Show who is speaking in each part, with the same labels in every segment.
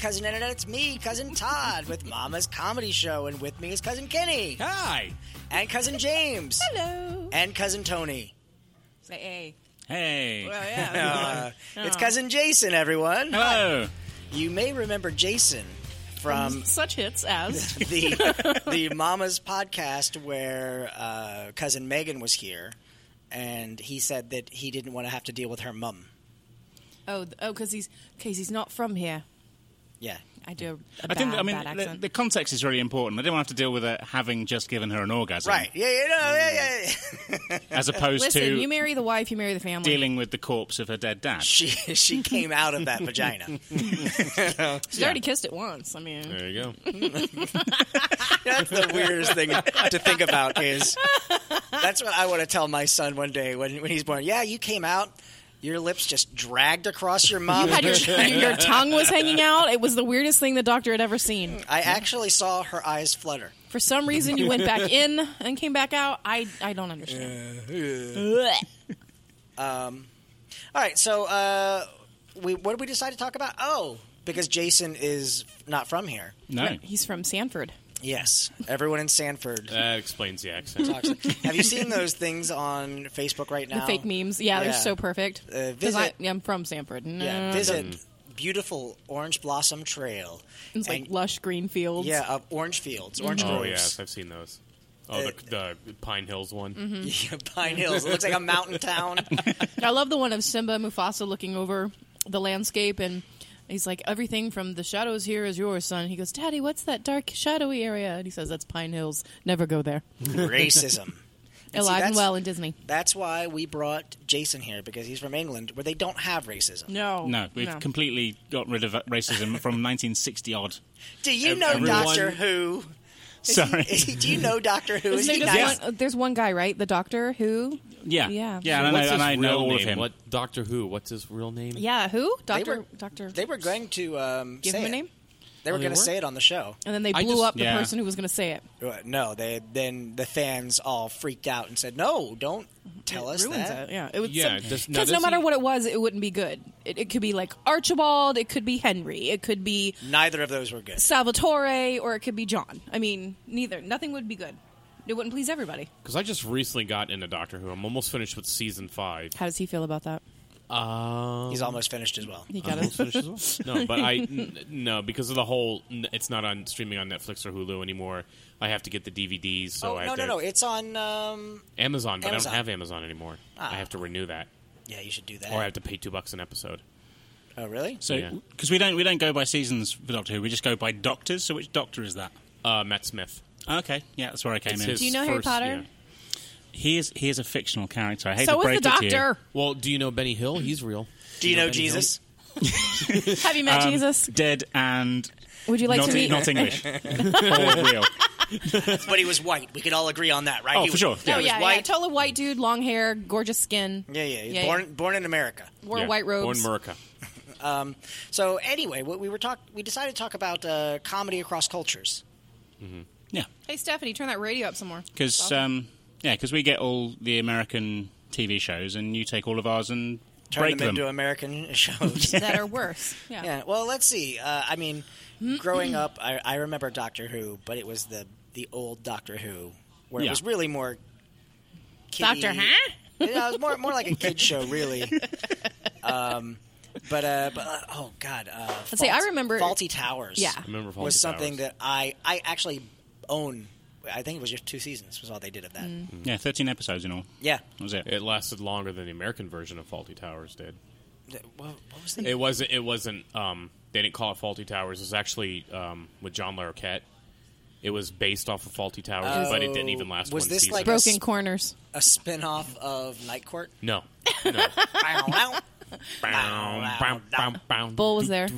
Speaker 1: cousin internet. It's me, cousin Todd, with Mama's comedy show, and with me is cousin Kenny
Speaker 2: Hi.
Speaker 1: and cousin James
Speaker 3: Hello.
Speaker 1: and cousin Tony.
Speaker 3: Say hey. Oh.
Speaker 2: Hey.
Speaker 3: Well, yeah.
Speaker 1: Uh, It's cousin Jason, everyone.
Speaker 2: Hello.
Speaker 1: You may remember Jason from
Speaker 3: Such hits as
Speaker 1: the the Mama's podcast where uh, cousin Megan was here, and he said that he didn't want to have to deal with her mum.
Speaker 3: oh th- oh because he's because he's not from here.
Speaker 1: Yeah,
Speaker 3: I do a, a
Speaker 2: I think
Speaker 3: bad,
Speaker 2: I mean
Speaker 3: bad
Speaker 2: the,
Speaker 3: accent.
Speaker 2: the context is really important. I didn't want to have to deal with it having just given her an orgasm,
Speaker 1: right. Yeah, yeah, no, yeah, yeah.
Speaker 2: As opposed
Speaker 3: Uh, Listen,
Speaker 2: to
Speaker 3: you marry the wife, you marry the family.
Speaker 2: dealing with the corpse of her dead dad.
Speaker 1: She she came out of that vagina.
Speaker 3: She's already kissed it once. I mean,
Speaker 4: There you go.
Speaker 1: That's the weirdest thing to think about is that's what I want to tell my son one day when, when he's born. Yeah, you came out, your lips just dragged across your
Speaker 3: you
Speaker 1: mom.
Speaker 3: had your your tongue was hanging out. It was the weirdest thing the doctor had ever seen.
Speaker 1: I actually saw her eyes flutter.
Speaker 3: For some reason, you went back in and came back out. I I don't understand. Blech.
Speaker 1: All right, so uh, we what did we decide to talk about? Oh, because Jason is not from here.
Speaker 2: No.
Speaker 3: He's from Sanford.
Speaker 1: Yes, everyone in Sanford.
Speaker 4: That explains the accent.
Speaker 1: talks. Have you seen those things on Facebook right now?
Speaker 3: The fake memes. Yeah,
Speaker 1: Yeah.
Speaker 3: they're so perfect.
Speaker 1: Uh,
Speaker 3: 'Cause I,
Speaker 1: visit-
Speaker 3: I'm from Sanford. Mm.
Speaker 1: Yeah,
Speaker 3: No,
Speaker 1: visit beautiful Orange Blossom Trail.
Speaker 3: It's like
Speaker 1: and-
Speaker 3: lush green fields.
Speaker 1: Yeah, of orange fields, orange
Speaker 4: Oh
Speaker 1: groves,
Speaker 4: yes, I've seen those. Oh, the, the Pine Hills one.
Speaker 1: yeah. pine hills. It looks like a mountain town.
Speaker 3: I love the one of Simba and Mufasa looking over the landscape and he's like, Everything from the shadows here is yours, son. He goes, Daddy, what's that dark, shadowy area? And he says, That's Pine Hills. Never go there.
Speaker 1: Racism. And see,
Speaker 3: Alive and
Speaker 1: that's-
Speaker 3: well in Disney.
Speaker 1: That's why we brought Jason here because he's from England, where they don't have racism.
Speaker 3: No.
Speaker 2: No, we've completely got rid of racism from 1960 odd.
Speaker 1: Do you know
Speaker 4: Everyone-
Speaker 1: Doctor Who?
Speaker 2: Sorry.
Speaker 1: Is he, do you know Doctor Who? Is
Speaker 3: Isn't
Speaker 1: he
Speaker 3: there just uh,
Speaker 1: nice?
Speaker 3: one- there's one guy, right? The doctor who?
Speaker 2: Yeah.
Speaker 3: Yeah.
Speaker 2: Yeah, and I,
Speaker 4: What's
Speaker 2: know-
Speaker 4: his
Speaker 2: and I know
Speaker 4: real
Speaker 2: all
Speaker 4: name?
Speaker 2: of him.
Speaker 4: What Doctor Who? What's his real name?
Speaker 3: Yeah, who?
Speaker 1: They
Speaker 3: Doctor.
Speaker 1: were,
Speaker 3: doctor.
Speaker 1: They were going to um,
Speaker 3: give
Speaker 1: say
Speaker 3: him a
Speaker 1: it.
Speaker 3: name?
Speaker 1: They were
Speaker 4: Oh, they
Speaker 1: going to
Speaker 4: were?
Speaker 1: say it on the show.
Speaker 3: And then they
Speaker 4: I
Speaker 3: blew
Speaker 4: just-
Speaker 3: up the
Speaker 2: yeah.
Speaker 3: person who was going to say it.
Speaker 1: Uh, No, they then the fans all freaked out and said, "No, don't tell us
Speaker 3: ruins
Speaker 1: that."
Speaker 3: it. Yeah, it would.
Speaker 4: Yeah,
Speaker 3: Because
Speaker 4: does- now
Speaker 3: no
Speaker 4: does
Speaker 3: matter
Speaker 4: he-
Speaker 3: what it was, it wouldn't be good. It, it could be like Archibald. It could be Henry. It could be
Speaker 1: Neither of those were good.
Speaker 3: Salvatore, or it could be John. I mean, neither. Nothing would be good. It wouldn't please everybody.
Speaker 4: Because I just recently got into Doctor Who. I'm almost finished with season five.
Speaker 3: How does he feel about that?
Speaker 4: Um,
Speaker 1: He's Uh, almost finished as well.
Speaker 3: He got
Speaker 4: almost
Speaker 3: it.
Speaker 4: finished as well. No, but I n- no because of the whole. n- It's not on streaming on Netflix or Hulu anymore. I have to get the DVDs. So
Speaker 1: oh
Speaker 4: I
Speaker 1: no,
Speaker 4: have
Speaker 1: no,
Speaker 4: to,
Speaker 1: no! It's on. Um,
Speaker 4: Amazon, but
Speaker 1: Amazon.
Speaker 4: I don't have Amazon anymore.
Speaker 1: Ah. Uh.
Speaker 4: I have to renew that,
Speaker 1: yeah, you should do that.
Speaker 4: or Oh, I have to pay two bucks an episode.
Speaker 1: Oh, really?
Speaker 2: So,
Speaker 4: Yeah.
Speaker 2: because we don't we don't go by seasons for Doctor Who, we just go by doctors. So, which doctor is that?
Speaker 4: Uh, Matt Smith.
Speaker 2: Okay, yeah, that's where I came
Speaker 4: It's
Speaker 2: in.
Speaker 4: his
Speaker 3: Do you know Harry
Speaker 4: first-
Speaker 3: Potter?
Speaker 4: yeah.
Speaker 2: He is he is a fictional character. I hate
Speaker 3: So
Speaker 2: to
Speaker 3: is
Speaker 2: break
Speaker 3: the
Speaker 2: it to you.
Speaker 3: doctor.
Speaker 4: Well, do you know Benny Hill? He's real.
Speaker 1: Do you know
Speaker 4: Benny
Speaker 1: Jesus?
Speaker 3: Have you met
Speaker 2: Um,
Speaker 3: Jesus?
Speaker 2: dead and
Speaker 3: Would you like
Speaker 2: not, E-
Speaker 3: to meet?
Speaker 2: not English. All real.
Speaker 1: but he was white. We could all agree on that, right?
Speaker 2: Oh,
Speaker 1: He
Speaker 2: for
Speaker 1: was-
Speaker 2: sure.
Speaker 3: No,
Speaker 1: he was
Speaker 3: yeah, yeah,
Speaker 1: white.
Speaker 3: total white dude, long hair, gorgeous skin.
Speaker 1: Yeah, yeah. He's
Speaker 3: Yeah,
Speaker 1: born
Speaker 3: yeah.
Speaker 1: born in America.
Speaker 3: Wore
Speaker 4: Yeah.
Speaker 3: white robes.
Speaker 4: Born America.
Speaker 1: So anyway, what we were talk we decided to talk about uh, comedy across cultures.
Speaker 2: Yeah,
Speaker 3: hey, Stephanie, turn that radio up some more.
Speaker 2: because um, yeah, 'cause we get all the American TV shows, and you take all of ours and
Speaker 1: Turn
Speaker 2: break
Speaker 1: them,
Speaker 2: them.
Speaker 1: into American shows.
Speaker 3: that are worse. Yeah.
Speaker 1: yeah. Well, let's see. Uh, I mean, growing up, I, I remember Doctor Who, but it was the the old Doctor Who, where it
Speaker 2: Yeah.
Speaker 1: was really more. kiddie-
Speaker 3: Doctor, huh?
Speaker 1: Yeah, it was more more like a kid show, really. Um, but uh, but uh, oh god, uh,
Speaker 3: Let's see, I remember-
Speaker 1: Faulty Towers.
Speaker 3: Yeah. I
Speaker 4: remember Fawlty
Speaker 1: was something
Speaker 4: Towers.
Speaker 1: that I I actually own. I think it was just two seasons was all they did of that.
Speaker 3: Mm.
Speaker 2: yeah, thirteen episodes in all.
Speaker 1: Yeah.
Speaker 2: That was it.
Speaker 4: It lasted longer than the American version of Faulty Towers did.
Speaker 1: Th- What, what was the
Speaker 4: It wasn't. It wasn't. Um, they didn't call it Faulty Towers. It was actually um, with John Larroquette. It was based off of Faulty Towers, but it didn't even last
Speaker 1: was
Speaker 4: one
Speaker 1: this
Speaker 4: season.
Speaker 1: like-
Speaker 3: Broken
Speaker 1: Yes.
Speaker 3: corners.
Speaker 1: a spin off of Night Court?
Speaker 4: no. No.
Speaker 1: Bow, wow.
Speaker 4: Bow, bow, bow, bow.
Speaker 3: Bull was there.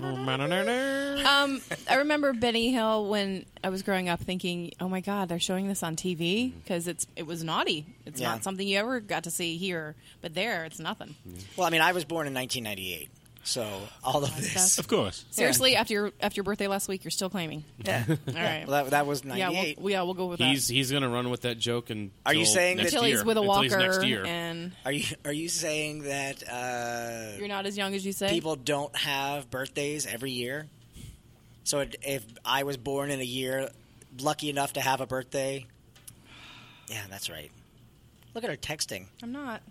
Speaker 4: Yeah.
Speaker 3: Um, I remember Benny Hill when I was growing up, thinking, "Oh my God, they're showing this on TV because it's it was naughty. It's
Speaker 1: Yeah.
Speaker 3: not something you ever got to see here, but there, it's nothing."
Speaker 1: well, I mean, I was born in 1998. So all of this.
Speaker 2: Of course.
Speaker 3: Seriously, after your after your birthday last week, you're still claiming.
Speaker 1: Yeah.
Speaker 3: All right.
Speaker 1: Well, that, that was
Speaker 3: yeah,
Speaker 1: 98.
Speaker 3: we'll, yeah, we'll go with
Speaker 4: He's
Speaker 3: that.
Speaker 4: he's gonna run with that joke and
Speaker 1: Are you saying that-
Speaker 3: Until he's with a
Speaker 4: until
Speaker 3: walker
Speaker 4: he's next year.
Speaker 3: and
Speaker 1: are you are you saying that uh,
Speaker 3: you're not as young as you say.
Speaker 1: people don't have birthdays every year? So it, if I was born in a year lucky enough to have a birthday, yeah, that's right. Look at her texting.
Speaker 3: I'm not.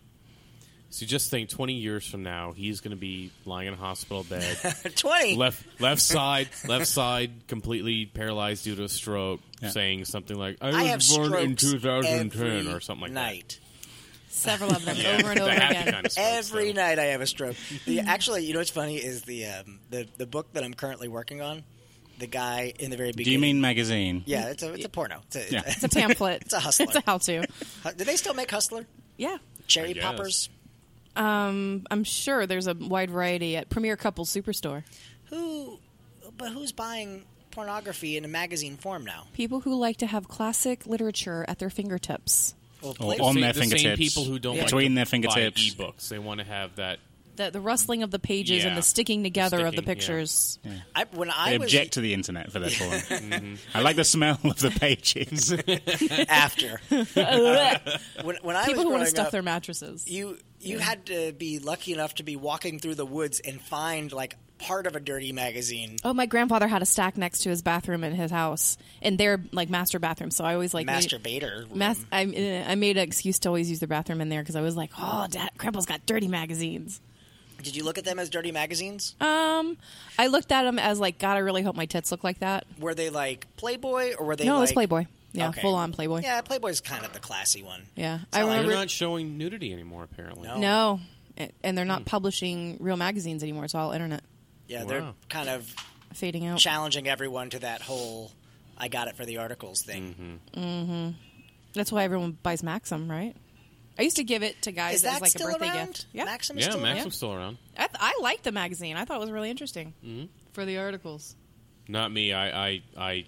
Speaker 4: so just think, twenty years from now, he's gonna be lying in a hospital bed,
Speaker 1: Twenty.
Speaker 4: left left side left side completely paralyzed due to a stroke,
Speaker 2: Yeah.
Speaker 4: saying something like, "I,
Speaker 1: I have
Speaker 4: was born in
Speaker 1: strokes
Speaker 4: 2010"
Speaker 1: every
Speaker 4: or something like
Speaker 1: night.
Speaker 3: Several of them
Speaker 4: that. Yeah,
Speaker 3: over and
Speaker 4: the
Speaker 3: over
Speaker 4: happy
Speaker 3: again.
Speaker 4: kind of strokes,
Speaker 1: Every
Speaker 4: though.
Speaker 1: night I have a stroke. The, actually, you know what's funny is the um, the the book that I'm currently working on. The guy in the very beginning.
Speaker 2: Do you mean magazine?
Speaker 1: Yeah, it's a it's a porno. It's a,
Speaker 2: Yeah.
Speaker 1: it's
Speaker 3: It's a pamphlet.
Speaker 1: It's a hustler.
Speaker 3: It's a how-to.
Speaker 1: a- do they still make Hustler?
Speaker 3: Yeah,
Speaker 1: Cherry
Speaker 4: I guess.
Speaker 1: poppers.
Speaker 3: I'm sure there's a wide variety at Premier Couple Superstore.
Speaker 1: Who? But who's buying pornography in a magazine form now?
Speaker 3: People who like to have classic literature at their fingertips.
Speaker 1: Well,
Speaker 2: Or
Speaker 1: Playboy-
Speaker 2: on
Speaker 4: Same-
Speaker 2: their
Speaker 4: the
Speaker 2: fingertips.
Speaker 4: Same people who don't like
Speaker 2: between
Speaker 4: to
Speaker 2: their fingertips.
Speaker 4: buy ebooks. They want to have that.
Speaker 3: The, the rustling of the pages
Speaker 4: Yeah.
Speaker 3: and the sticking together of the
Speaker 4: Sticking, yeah.
Speaker 3: pictures.
Speaker 1: I, when I
Speaker 2: They
Speaker 1: was
Speaker 2: object to the internet for their porn.
Speaker 1: Mm-hmm.
Speaker 2: I like the smell of the pages.
Speaker 1: after when, when I was
Speaker 3: People who want to
Speaker 1: growing
Speaker 3: stuff
Speaker 1: up,
Speaker 3: their mattresses.
Speaker 1: you you had to be lucky enough to be walking through the woods and find like part of a dirty magazine.
Speaker 3: Oh, my grandfather had a stack next to his bathroom in his house, and their like master bathroom. So I always like made-
Speaker 1: Masturbator. room.
Speaker 3: Mas- I, eh, I made an excuse to always use the bathroom in there because I was like, oh, Dad, Grandpa's got dirty magazines.
Speaker 1: Did you look at them as dirty magazines?
Speaker 3: Um, I looked at him as like, God, I really hope my tits look like that.
Speaker 1: were they like Playboy or were they?
Speaker 3: no,
Speaker 1: like,
Speaker 3: it's Playboy. Yeah,
Speaker 1: Okay.
Speaker 3: full on Playboy.
Speaker 1: Yeah, Playboy's kind of the classy one.
Speaker 3: Yeah.
Speaker 1: It's
Speaker 3: I
Speaker 1: not like-
Speaker 4: They're
Speaker 3: remember-
Speaker 4: not showing nudity anymore, apparently.
Speaker 1: No.
Speaker 3: No, A- and they're
Speaker 1: Hmm.
Speaker 3: not publishing real magazines anymore. It's all internet,
Speaker 1: Yeah, they're
Speaker 4: Wow.
Speaker 1: kind of
Speaker 3: fading out.
Speaker 1: challenging everyone to that whole "I got it for the articles" thing.
Speaker 3: That's why everyone buys Maxim, right? I used to give it to guys
Speaker 1: Is that
Speaker 3: as like
Speaker 1: still
Speaker 3: a birthday
Speaker 1: around?
Speaker 3: gift. Yeah,
Speaker 1: Maxim is
Speaker 4: Yeah,
Speaker 1: still
Speaker 4: Maxim's
Speaker 1: around?
Speaker 4: still around.
Speaker 3: I, th- I liked the magazine. I thought it was really interesting for the articles.
Speaker 4: Not me. I I, I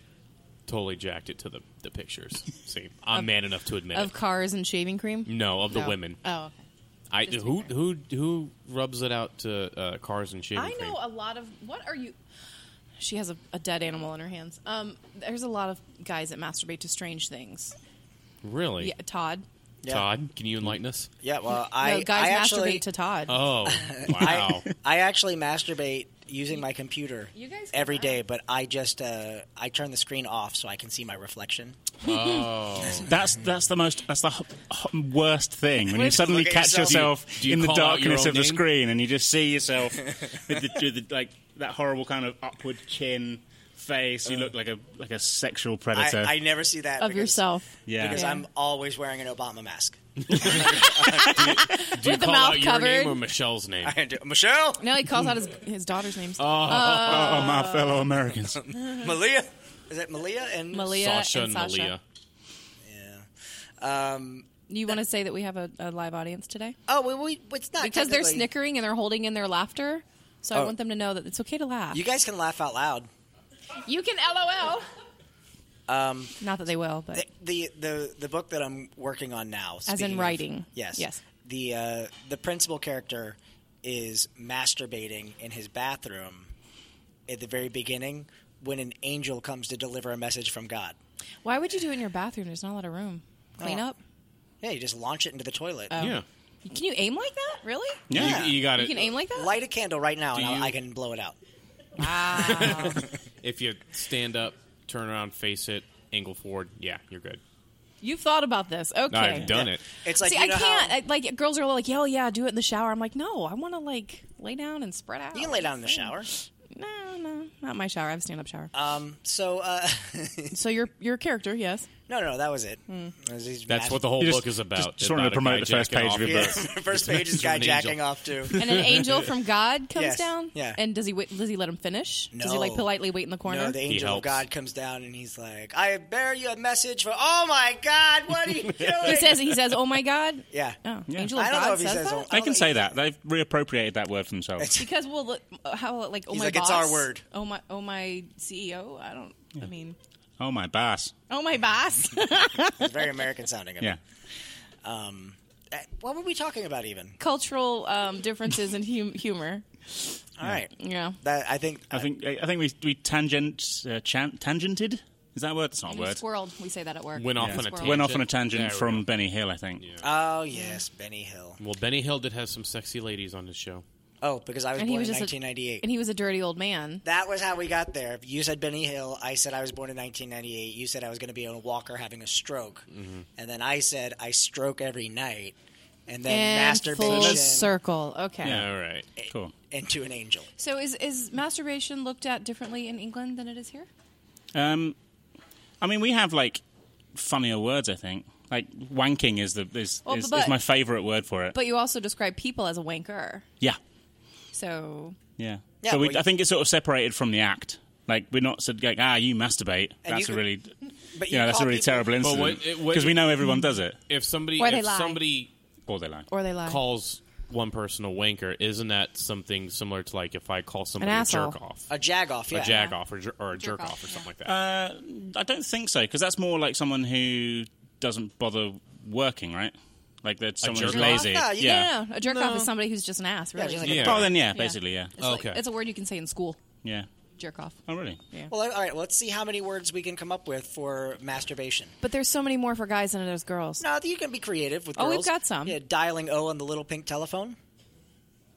Speaker 4: totally jacked it to the, the pictures. See, I'm man enough to admit
Speaker 3: Of
Speaker 4: it.
Speaker 3: cars and shaving cream.
Speaker 4: No, of the
Speaker 3: No.
Speaker 4: women.
Speaker 3: Oh, okay.
Speaker 4: I
Speaker 3: just
Speaker 4: who
Speaker 3: okay.
Speaker 4: who who rubs it out to uh, cars and shaving
Speaker 3: I
Speaker 4: cream.
Speaker 3: know a lot of what are you? She has a, a dead animal in her hands. Um, there's a lot of guys that masturbate to strange things.
Speaker 4: Really,
Speaker 3: Yeah, Todd.
Speaker 1: Yeah.
Speaker 4: Todd? Can you enlighten us?
Speaker 1: Yeah, well, I
Speaker 3: no, guys
Speaker 1: I
Speaker 3: masturbate
Speaker 1: actually
Speaker 3: to Todd.
Speaker 4: Oh, wow!
Speaker 1: I, I actually masturbate using my computer
Speaker 3: You guys can
Speaker 1: every
Speaker 3: laugh.
Speaker 1: day, but I just uh, I turn the screen off so I can see my reflection.
Speaker 4: oh,
Speaker 2: that's that's the most that's the ho- ho- worst thing when you suddenly
Speaker 1: Look at
Speaker 2: catch
Speaker 4: yourself.
Speaker 2: yourself
Speaker 4: Do you- do you
Speaker 2: in the
Speaker 4: call out your
Speaker 2: darkness
Speaker 4: own
Speaker 2: of the
Speaker 4: name?
Speaker 2: screen and you just see yourself with the, with the, like that horrible kind of upward chin face.
Speaker 4: Uh.
Speaker 2: You look like a like a sexual
Speaker 1: I,
Speaker 2: predator.
Speaker 1: I never see that
Speaker 3: of
Speaker 1: because-
Speaker 3: yourself.
Speaker 2: yeah,
Speaker 1: because
Speaker 3: Yeah.
Speaker 1: I'm always wearing an Obama mask.
Speaker 4: do you
Speaker 3: With the
Speaker 4: call
Speaker 3: mouth
Speaker 4: out your name
Speaker 3: covered.
Speaker 4: or Michelle's name?
Speaker 1: I do- Michelle,
Speaker 3: No, he calls out his his daughter's names.
Speaker 2: oh my fellow Americans.
Speaker 1: Malia, is it Malia and
Speaker 3: Malia
Speaker 4: Sasha
Speaker 3: and
Speaker 4: and
Speaker 3: Sasha.
Speaker 4: Malia.
Speaker 1: Yeah. Um,
Speaker 3: You want to say that we have a, a live audience today
Speaker 1: oh, we, we it's not
Speaker 3: because
Speaker 1: technically-
Speaker 3: they're
Speaker 1: Oh.
Speaker 3: snickering and they're holding in their laughter. So I want them to know that it's okay to laugh.
Speaker 1: You
Speaker 3: You,
Speaker 1: guys can laugh out loud.
Speaker 3: can LOL. Um,
Speaker 1: Um,
Speaker 3: not that they will, but
Speaker 1: The, the the the book that I'm working on now,
Speaker 3: in
Speaker 1: speaking of-
Speaker 3: writing.
Speaker 1: yes,
Speaker 3: Yes.
Speaker 1: The uh, the principal character is masturbating in his bathroom at the very beginning when an angel comes to deliver a message from God.
Speaker 3: why would you do it in your bathroom? There's not a lot of room. Clean
Speaker 1: Oh.
Speaker 3: up.
Speaker 1: Yeah, you just launch it into the toilet.
Speaker 4: Yeah,
Speaker 3: Can you aim like that? Really?
Speaker 1: Yeah.
Speaker 4: You, you got
Speaker 3: Oh. You
Speaker 4: it.
Speaker 3: can aim like that.
Speaker 1: Light a candle right now, and
Speaker 4: Do
Speaker 1: I'll-
Speaker 4: you-
Speaker 1: I can blow it out.
Speaker 4: if you stand up, turn around, face it, angle forward. Yeah, you're good.
Speaker 3: You've thought about this. Okay.
Speaker 4: I've done it.
Speaker 1: It's like
Speaker 3: See,
Speaker 1: you
Speaker 3: I
Speaker 1: know how-
Speaker 3: can't. I, like girls are like, "Yo, yeah, do it in the shower." I'm like, "No, I want to like lay down and spread out."
Speaker 1: you can lay down in the shower.
Speaker 3: No, no, not my shower. I have a stand-up shower.
Speaker 1: Um, so uh,
Speaker 3: so your your character, yes.
Speaker 1: no, no, that was it.
Speaker 3: Hmm.
Speaker 1: That's
Speaker 4: That's what the whole
Speaker 2: You just-
Speaker 4: book is about.
Speaker 2: just-
Speaker 4: It's
Speaker 2: just wanted to
Speaker 4: about a
Speaker 2: promote
Speaker 4: guy
Speaker 2: the first
Speaker 4: jacking
Speaker 2: page
Speaker 4: off.
Speaker 2: of your
Speaker 1: Yeah,
Speaker 2: book.
Speaker 1: first page is
Speaker 4: From
Speaker 1: guy
Speaker 4: an
Speaker 1: jacking
Speaker 4: angel.
Speaker 1: off to.
Speaker 3: And an angel from God comes
Speaker 1: Yes,
Speaker 3: down.
Speaker 1: yeah.
Speaker 3: And does he wait, does he let him finish? Does he
Speaker 1: No.
Speaker 3: like politely wait in the corner?
Speaker 1: No, the angel of
Speaker 4: helps.
Speaker 1: God comes down and he's like, "I bear you a message for." Oh my God, what are you doing?
Speaker 3: he says he says, "Oh my God."
Speaker 1: "Yeah."
Speaker 3: Oh,
Speaker 2: Yeah.
Speaker 3: angel of
Speaker 1: I don't
Speaker 3: God
Speaker 1: know if he
Speaker 3: says
Speaker 1: says,
Speaker 3: that?
Speaker 1: "Oh my
Speaker 2: They can say that. They've reappropriated that word for themselves.
Speaker 3: because well, look, how like oh
Speaker 1: He's
Speaker 3: my
Speaker 1: like, "It's
Speaker 3: boss,
Speaker 1: our word."
Speaker 3: Oh my, oh my CEO. I don't. I mean,
Speaker 2: Oh my bass.
Speaker 3: oh my boss.
Speaker 1: It's very American sounding. of
Speaker 2: Yeah.
Speaker 1: him. Uh, What were we talking about even?
Speaker 3: Cultural um, differences in hum- humor.
Speaker 1: All right.
Speaker 3: Yeah.
Speaker 1: That I think.
Speaker 2: I think I I think we we tangent uh, chan- tangented. Is that a word? That's not a word.
Speaker 5: Squirreled. We say that at work.
Speaker 4: Went off
Speaker 2: Yeah.
Speaker 4: on a tangent.
Speaker 2: Went off on a tangent
Speaker 4: There we
Speaker 2: from
Speaker 4: go.
Speaker 2: Benny Hill, I think.
Speaker 1: Oh yes, Benny Hill.
Speaker 4: Well, Benny Hill did have some sexy ladies on his show.
Speaker 1: Oh, because I was
Speaker 3: And he
Speaker 1: born
Speaker 3: was
Speaker 1: in
Speaker 3: just a-
Speaker 1: 1998.
Speaker 3: And he was a dirty old man.
Speaker 1: that was how we got there. You said Benny Hill. I said I was born in 1998. You said I was going to be on a walker having a stroke, and then I said I stroke every night, and then
Speaker 3: And
Speaker 1: masturbation
Speaker 3: full circle. Okay.
Speaker 2: Yeah.
Speaker 4: All right.
Speaker 2: Cool.
Speaker 1: into an angel.
Speaker 5: So is is masturbation looked at differently in England than it is here?
Speaker 2: Um, I mean, we have like funnier words. I think like wanking is the is
Speaker 5: Well,
Speaker 2: is,
Speaker 5: but-
Speaker 2: is my favorite word for it.
Speaker 5: But you also describe people as a wanker.
Speaker 2: yeah,
Speaker 5: So
Speaker 2: yeah.
Speaker 1: Yeah,
Speaker 2: so we,
Speaker 1: well, you-
Speaker 2: I think it's sort of separated from the act. Like we're not said like ah you masturbate.
Speaker 1: And
Speaker 2: That's
Speaker 1: you could-
Speaker 2: a really
Speaker 1: But
Speaker 2: you know
Speaker 1: you
Speaker 2: that's
Speaker 1: call
Speaker 2: a really
Speaker 1: people-
Speaker 2: terrible
Speaker 4: But what-
Speaker 2: incident
Speaker 4: it- what-
Speaker 2: because we know everyone does it
Speaker 4: If somebody,
Speaker 5: Or
Speaker 4: if
Speaker 5: they lie.
Speaker 4: somebody
Speaker 2: or they lie.
Speaker 3: Or they lie.
Speaker 4: calls one person a wanker, isn't that something similar to like if I call somebody a
Speaker 3: asshole.
Speaker 4: jerk off,
Speaker 1: A jag off, yeah.
Speaker 4: a jag off, or, jer- or a jerk
Speaker 5: Jerk
Speaker 4: off,
Speaker 5: off,
Speaker 4: or something
Speaker 5: yeah.
Speaker 4: like that?
Speaker 2: Uh, I don't think so because that's more like someone who doesn't bother working, right? Like that's someone who's
Speaker 4: jerk off?
Speaker 2: lazy.
Speaker 1: No, you-
Speaker 2: yeah.
Speaker 3: No, no, no. A jerk off is somebody who's just an ass,
Speaker 1: Yeah,
Speaker 3: really.
Speaker 1: just like a-
Speaker 4: Yeah.
Speaker 2: Oh, then yeah, basically yeah,
Speaker 5: it's like-
Speaker 4: Okay.
Speaker 5: it's a word you can say in school.
Speaker 2: yeah.
Speaker 5: Jerk off.
Speaker 2: Oh really?
Speaker 1: Well, all right. Let's see how many words we can come up with for masturbation.
Speaker 3: but there's so many more for guys than there's girls.
Speaker 1: No, you can be creative with.
Speaker 3: Oh, we've
Speaker 1: girls.
Speaker 3: got some.
Speaker 1: Yeah, dialing O on the little pink telephone,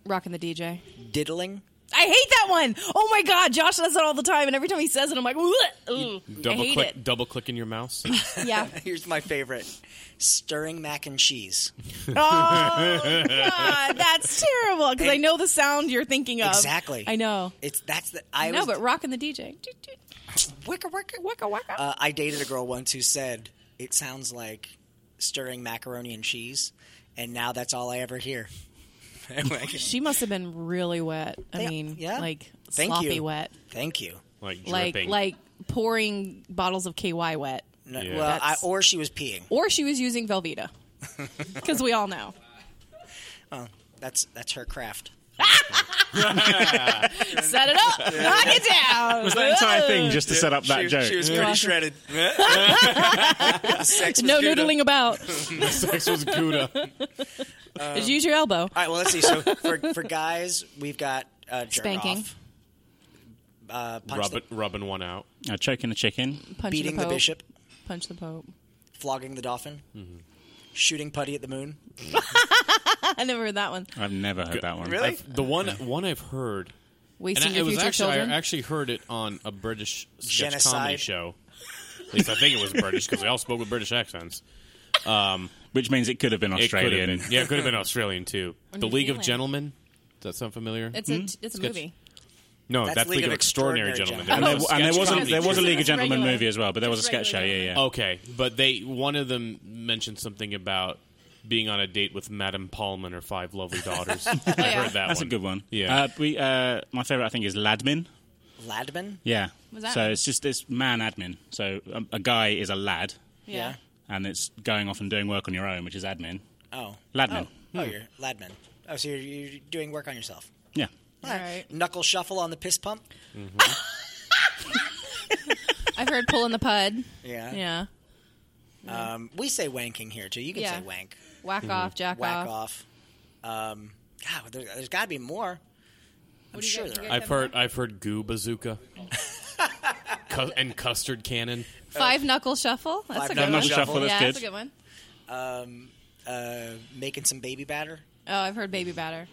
Speaker 3: Rocking the DJ.
Speaker 1: diddling.
Speaker 3: I hate that one. Oh my god, Josh does it all the time, and every time he says it, I'm like, Ugh, I
Speaker 4: double
Speaker 3: hate
Speaker 4: click, double click in your mouse.
Speaker 3: it. Yeah.
Speaker 1: Here's my favorite: stirring mac and cheese.
Speaker 3: oh god, that's terrible because I know the sound you're thinking of.
Speaker 1: Exactly.
Speaker 3: I know.
Speaker 1: It's that's the I
Speaker 3: No,
Speaker 1: was,
Speaker 3: but rocking the DJ. Doot, doot.
Speaker 1: wicka wicka
Speaker 3: Waka waka.
Speaker 1: Uh, I dated a girl once who said it sounds like stirring macaroni and cheese, and now that's all I ever hear. I'm like,
Speaker 3: she must have been really wet. I
Speaker 1: Yeah,
Speaker 3: mean,
Speaker 1: yeah.
Speaker 3: like
Speaker 1: Thank
Speaker 3: sloppy
Speaker 1: you.
Speaker 3: wet,
Speaker 1: Thank you.
Speaker 4: like
Speaker 3: like
Speaker 4: dripping.
Speaker 3: like pouring bottles of KY wet,
Speaker 1: No,
Speaker 4: Yeah.
Speaker 1: Well, I,
Speaker 3: That's-
Speaker 1: or she was peeing.
Speaker 3: or she was using Velveeta, because we all know.
Speaker 1: That's that's her craft.
Speaker 3: Set it up, knock it down.
Speaker 2: Was that entire thing just to set up that
Speaker 1: she,
Speaker 2: joke?
Speaker 1: she was
Speaker 3: Yeah.
Speaker 1: pretty shredded. Sex was
Speaker 3: no
Speaker 1: good.
Speaker 3: noodling about.
Speaker 4: sex was Gouda.
Speaker 3: Just use your elbow.
Speaker 1: All right, well, let's see. So for, for guys, we've got uh, jerk
Speaker 5: Spanking.
Speaker 1: off, uh, punch
Speaker 4: Rub
Speaker 1: the,
Speaker 4: it, rubbing one out.
Speaker 2: Uh, choking a chicken.
Speaker 3: Punch
Speaker 1: beating
Speaker 3: the,
Speaker 1: the,
Speaker 3: pope.
Speaker 1: bishop,
Speaker 3: Punch the pope.
Speaker 1: flogging the dolphin, shooting putty at the moon.
Speaker 3: I never heard that one.
Speaker 2: I've never heard that one.
Speaker 1: Really?
Speaker 4: The one one I've heard, and
Speaker 3: Wasting
Speaker 4: I, it
Speaker 3: your
Speaker 4: was
Speaker 3: future
Speaker 4: actually
Speaker 3: children.
Speaker 4: I actually heard it on a British sketch
Speaker 1: Genocide.
Speaker 4: comedy show. At least I think it was British because they all spoke with British accents.
Speaker 2: Which means it could have been
Speaker 4: It could have
Speaker 2: Australian.
Speaker 4: been, yeah, it could have been Australian too.
Speaker 5: Or
Speaker 4: the
Speaker 5: New
Speaker 4: League of
Speaker 5: Zealand.
Speaker 4: Gentlemen. Does that sound familiar?
Speaker 5: It's a hmm? it's a
Speaker 4: Sketch-
Speaker 5: movie.
Speaker 4: no,
Speaker 1: That's
Speaker 4: that's, League, of Extraordinary, Gentlemen.
Speaker 2: And
Speaker 4: They're
Speaker 2: there,
Speaker 4: both
Speaker 2: and there
Speaker 4: sketch
Speaker 2: was a,
Speaker 4: comedy
Speaker 2: there was a
Speaker 4: shows.
Speaker 2: League of
Speaker 5: Just
Speaker 2: Gentlemen
Speaker 5: regular.
Speaker 2: movie as well, but there was a
Speaker 5: Just
Speaker 2: sketch show.
Speaker 5: regular
Speaker 2: Yeah, yeah.
Speaker 4: Okay, but they one of them mentioned something about being on a date with Madame Palm and her five lovely daughters. I heard that.
Speaker 2: That's a good one.
Speaker 4: Yeah.
Speaker 2: Uh, we, uh, my favorite, I think, is Ladmin.
Speaker 1: Ladman.
Speaker 2: Yeah.
Speaker 5: What's that
Speaker 2: so
Speaker 5: mean?
Speaker 2: it's just this man admin. So um, a guy is a lad,
Speaker 1: Yeah.
Speaker 2: and it's going off and doing work on your own, which is admin.
Speaker 1: Oh.
Speaker 2: Ladmin.
Speaker 1: Oh, you're Ladman. Oh, so you're, you're doing work on yourself.
Speaker 2: Yeah.
Speaker 1: All right. Knuckle shuffle on the piss pump.
Speaker 3: I've heard pulling the pud.
Speaker 1: Yeah.
Speaker 3: Yeah.
Speaker 1: Um, we say wanking here too. You can
Speaker 5: Yeah.
Speaker 1: say wank,
Speaker 5: Whack off, jack
Speaker 1: whack
Speaker 5: off.
Speaker 1: off. Um, God, there, there's got to be more. I'm
Speaker 5: do you
Speaker 1: sure
Speaker 5: got-
Speaker 1: there
Speaker 5: you
Speaker 1: are.
Speaker 5: got-
Speaker 4: I've heard I've heard goo bazooka Cu- and custard cannon.
Speaker 5: Five knuckle shuffle. That's
Speaker 1: Five
Speaker 5: a good
Speaker 1: knuckle
Speaker 5: one.
Speaker 2: Knuckle shuffle, that's
Speaker 5: yeah,
Speaker 2: good.
Speaker 5: that's a good one.
Speaker 1: Uh, making some baby batter,
Speaker 5: Oh, I've heard baby batter.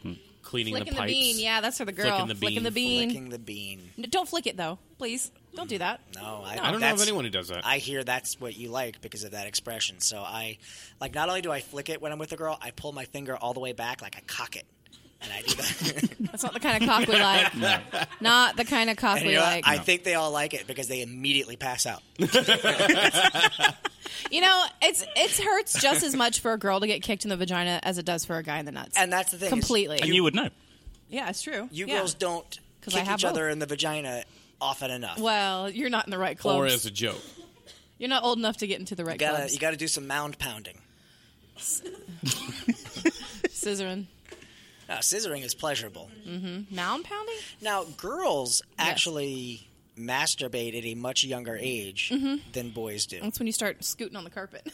Speaker 4: Cleaning
Speaker 5: Flicking
Speaker 4: the
Speaker 5: the,
Speaker 4: pipes.
Speaker 5: bean. Yeah, that's for the girl.
Speaker 4: Flicking the bean.
Speaker 5: bean.
Speaker 1: flicking the bean.
Speaker 5: N- Don't flick it though, please. Don't do that.
Speaker 1: No, I,
Speaker 4: I don't know of
Speaker 1: Oh, that's-
Speaker 4: anyone who does that.
Speaker 1: I hear that's what you like because of that expression. So I, like, not only do I flick it when I'm with a girl, I pull my finger all the way back, like I cock it, and I do that.
Speaker 5: That's not the kind of cock we like. Not the kind of cock
Speaker 1: and
Speaker 5: we
Speaker 1: you know what?
Speaker 5: like.
Speaker 1: I think they all like it because they immediately pass out.
Speaker 3: You know, it's it hurts just as much for a girl to get kicked in the vagina as it does for a guy in the nuts.
Speaker 1: And that's the thing. is
Speaker 3: completely.
Speaker 2: And you, would know.
Speaker 3: yeah, it's true.
Speaker 1: You
Speaker 3: Yeah.
Speaker 1: girls don't
Speaker 3: 'Cause I
Speaker 1: kick
Speaker 3: have
Speaker 1: each other in the vagina often enough.
Speaker 3: Well, you're not in the right
Speaker 4: or
Speaker 3: clubs.
Speaker 4: as a joke.
Speaker 3: You're not old enough to get into the right
Speaker 1: You gotta,
Speaker 3: clubs.
Speaker 1: you gotta do some mound pounding.
Speaker 3: Scissoring,
Speaker 1: Now, scissoring is pleasurable.
Speaker 3: mound pounding.
Speaker 1: Now, girls actually masturbate at a much younger age than boys do.
Speaker 3: That's when you start scooting on the carpet.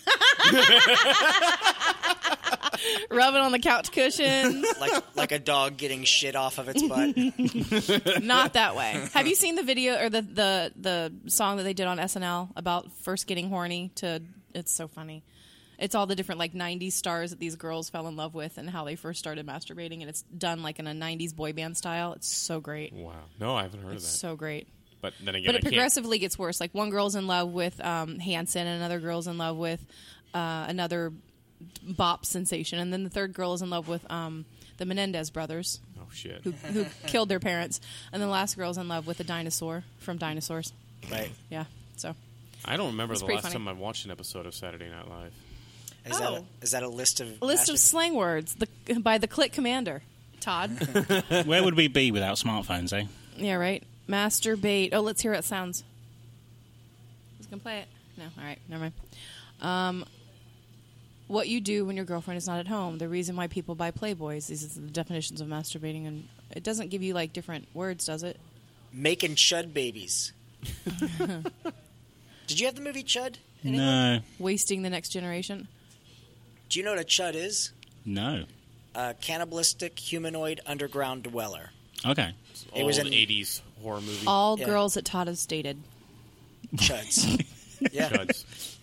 Speaker 3: rubbing on the couch cushions.
Speaker 1: like like a dog getting shit off of its butt.
Speaker 3: Not that way. Have you seen the video or the, the the song that they did on SNL about first getting horny? To it's so funny. It's all the different like '90s stars that these girls fell in love with and how they first started masturbating, and it's done like in a '90s boy band style. It's so great,
Speaker 4: Wow. No, I haven't heard of that.
Speaker 3: so great.
Speaker 4: but then again,
Speaker 3: But it
Speaker 4: I can't.
Speaker 3: progressively gets worse. Like one girl's in love with um, Hanson, and another girl's in love with uh, another bop sensation, and then the third girl is in love with um, the Menendez brothers
Speaker 4: Oh shit.
Speaker 3: who, who killed their parents, and the last girl's in love with a dinosaur from Dinosaurs.
Speaker 1: Right.
Speaker 3: Yeah, so
Speaker 4: I don't remember
Speaker 3: It's
Speaker 4: the
Speaker 3: pretty
Speaker 4: last
Speaker 3: funny.
Speaker 4: time I watched an episode of Saturday Night Live.
Speaker 1: Is, that a,
Speaker 3: Oh.
Speaker 1: is that a list of
Speaker 3: a list of
Speaker 1: mastur-
Speaker 3: slang words the, by the Click Commander, Todd.
Speaker 2: Where would we be without smartphones, eh?
Speaker 3: yeah, right. Masturbate. Oh, let's hear how it sounds. Who's gonna play it? No, all right, never mind. Um, what you do when your girlfriend is not at home. The reason why people buy Playboys. These are the definitions of masturbating, and it doesn't give you like different words, does it?
Speaker 1: making chud babies? Did you have the movie Chud?
Speaker 2: No,
Speaker 3: Wasting the next generation.
Speaker 1: Do you know what a chud is?
Speaker 2: no.
Speaker 1: A cannibalistic humanoid underground dweller.
Speaker 2: Okay.
Speaker 1: It was
Speaker 4: Old
Speaker 1: an-
Speaker 4: 80s horror movie.
Speaker 3: All
Speaker 1: Yeah.
Speaker 3: girls that Todd has dated.
Speaker 1: Chuds. yeah.
Speaker 4: Chuds.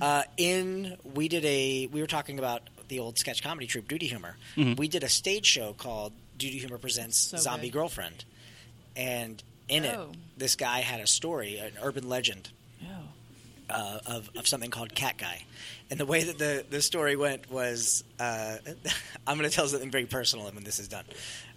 Speaker 1: Uh, in we did a we were talking about the old sketch comedy troupe Duty Humor. We did a stage show called Duty Humor Presents
Speaker 3: So
Speaker 1: Zombie
Speaker 3: good.
Speaker 1: Girlfriend, and in
Speaker 3: Oh.
Speaker 1: it this guy had a story, an urban legend
Speaker 3: Oh.
Speaker 1: uh, of, of something called Cat Guy. And the way that the, the story went was uh, I'm going to tell something very personal when this is done,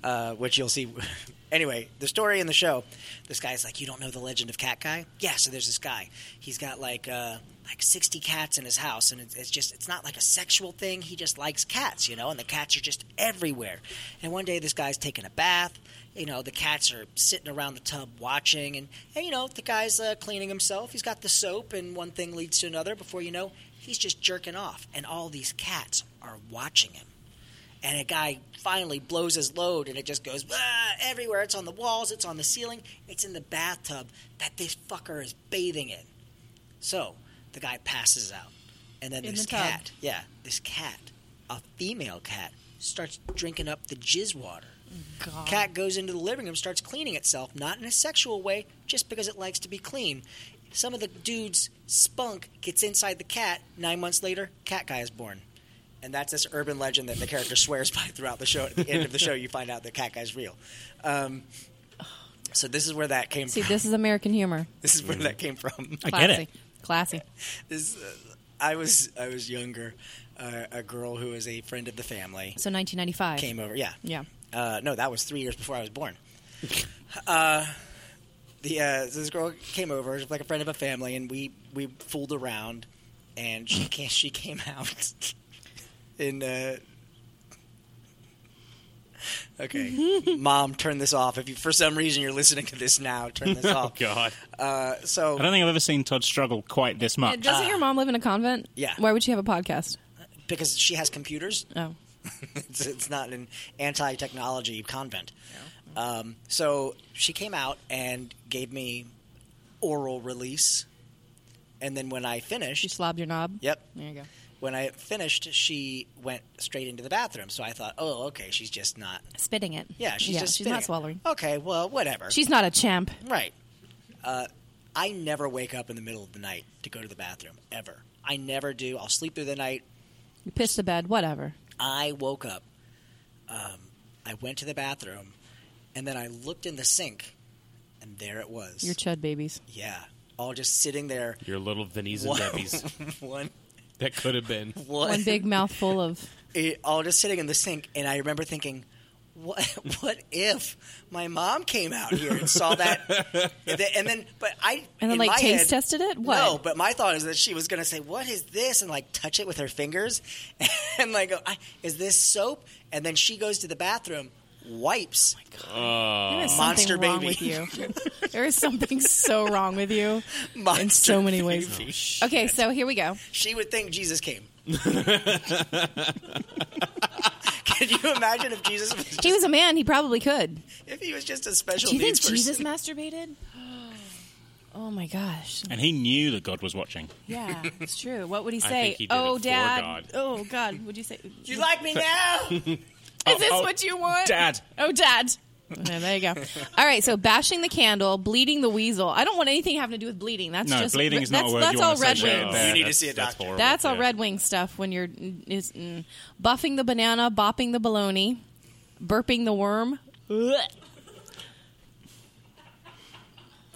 Speaker 1: uh, which you'll see. anyway, the story in the show this guy's like, You don't know the legend of Cat Guy? Yeah, so there's this guy. He's got like. Uh, like 60 cats in his house and it's, it's just it's not like a sexual thing he just likes cats you know and the cats are just everywhere and one day this guy's taking a bath you know the cats are sitting around the tub watching and, and you know the guy's uh, cleaning himself he's got the soap and one thing leads to another before you know he's just jerking off and all these cats are watching him and a guy finally blows his load and it just goes "Ah," everywhere it's on the walls it's on the ceiling it's in the bathtub that this fucker is bathing in so the guy passes out and then
Speaker 3: In
Speaker 1: this
Speaker 3: the tub.
Speaker 1: cat yeah this cat a female cat starts drinking up the jizz water
Speaker 3: God.
Speaker 1: Cat goes into the living room, starts cleaning itself, not in a sexual way, just because it likes to be clean. Some of the dude's spunk gets inside the cat. Nine months later, cat guy is born. And that's this urban legend that the character swears by throughout the show. At the end of the show, you find out that cat guy's real. Um, so this is where that came
Speaker 3: See,
Speaker 1: from.
Speaker 3: this is American humor.
Speaker 1: This is where that came from.
Speaker 2: I
Speaker 3: Classy.
Speaker 2: get it.
Speaker 3: Classy.
Speaker 1: This, uh, I was I was younger. Uh, a girl who is a friend of the family
Speaker 3: So 1995.
Speaker 1: came over. Yeah,
Speaker 3: Yeah.
Speaker 1: Uh, no, that was three years before I was born. uh, the uh, so this girl came over, she was like a friend of a family, and we we fooled around, and she came, she came out in. Uh, okay, mom, turn this off. If you for some reason you're listening to this now, turn this off.
Speaker 4: God.
Speaker 1: Uh, so
Speaker 2: I don't think I've ever seen Todd struggle quite this much.
Speaker 3: Doesn't your mom live in a convent?
Speaker 1: Yeah.
Speaker 3: Why would she have a podcast?
Speaker 1: because she has computers,
Speaker 3: Oh.
Speaker 1: it's, it's not an anti-technology convent. Um, so she came out and gave me oral release, and then when I
Speaker 3: She
Speaker 1: finished,
Speaker 3: slobbed your knob?
Speaker 1: yep,
Speaker 3: There you go.
Speaker 1: when I finished, she went straight into the bathroom. So I thought, oh, okay, she's just not.
Speaker 3: Spitting it.
Speaker 1: Yeah, she's just.
Speaker 3: she's
Speaker 1: spitting
Speaker 3: not
Speaker 1: it.
Speaker 3: swallowing.
Speaker 1: Okay, well, whatever.
Speaker 3: Oh. She's not a champ.
Speaker 1: right. Uh, I never wake up in the middle of the night to go to the bathroom ever. I never do. I'll sleep through the night.
Speaker 3: You piss the bed, whatever.
Speaker 1: I woke up. Um, I went to the bathroom, and then I looked in the sink, and there it was.
Speaker 3: Your chud babies.
Speaker 1: yeah, all just sitting there.
Speaker 4: Your little Vinnies and
Speaker 1: One-
Speaker 4: Debbies.
Speaker 1: one,
Speaker 4: That could have been.
Speaker 1: one,
Speaker 3: One big mouthful of.
Speaker 1: it, all just sitting in the sink, and I remember thinking. What, what if my mom came out here and saw that, and then- and then but I
Speaker 3: And then,
Speaker 1: in
Speaker 3: like,
Speaker 1: my head-
Speaker 3: taste tested it? What?
Speaker 1: No, but my thought is that she was going to say, "What is this?" and like touch it with her fingers, and like, go, I, "Is this soap?" And then she goes to the bathroom, wipes,
Speaker 3: There is
Speaker 1: Monster
Speaker 3: something wrong
Speaker 1: baby.
Speaker 3: with you. there is something so wrong with you
Speaker 1: monster
Speaker 3: in so many ways.
Speaker 1: baby.
Speaker 3: Okay, so here we go.
Speaker 1: She would think Jesus came. Can you imagine if Jesus was
Speaker 3: If he was a man, he probably could.
Speaker 1: if he was just a special
Speaker 3: Do you think
Speaker 1: needs person?
Speaker 3: Jesus masturbated? Oh my gosh.
Speaker 2: And he knew that God was watching.
Speaker 3: Yeah, it's true. What would he
Speaker 4: I
Speaker 3: say?
Speaker 4: think he did
Speaker 3: oh,
Speaker 4: it for
Speaker 3: Dad.
Speaker 4: God.
Speaker 3: Oh, God. Would you say?
Speaker 1: You like me now?
Speaker 3: Is this
Speaker 2: oh,
Speaker 3: what you want?
Speaker 2: Dad.
Speaker 3: Oh, Dad. Okay, there you go. All right, so bashing the candle, bleeding the weasel. I don't want anything having to do with bleeding. That's
Speaker 2: No,
Speaker 3: just
Speaker 2: bleeding is not
Speaker 3: that's,
Speaker 2: a word
Speaker 3: That's
Speaker 2: you
Speaker 3: all
Speaker 2: wanna say
Speaker 3: Red
Speaker 2: to your
Speaker 3: Wings.
Speaker 2: dad.
Speaker 1: You need to
Speaker 4: that's-
Speaker 1: see a
Speaker 4: that's
Speaker 1: doctor.
Speaker 4: horrible,
Speaker 3: That's all
Speaker 4: yeah.
Speaker 3: Red Wing stuff when you're is, mm, buffing the banana, bopping the bologna, burping the worm, Ugh.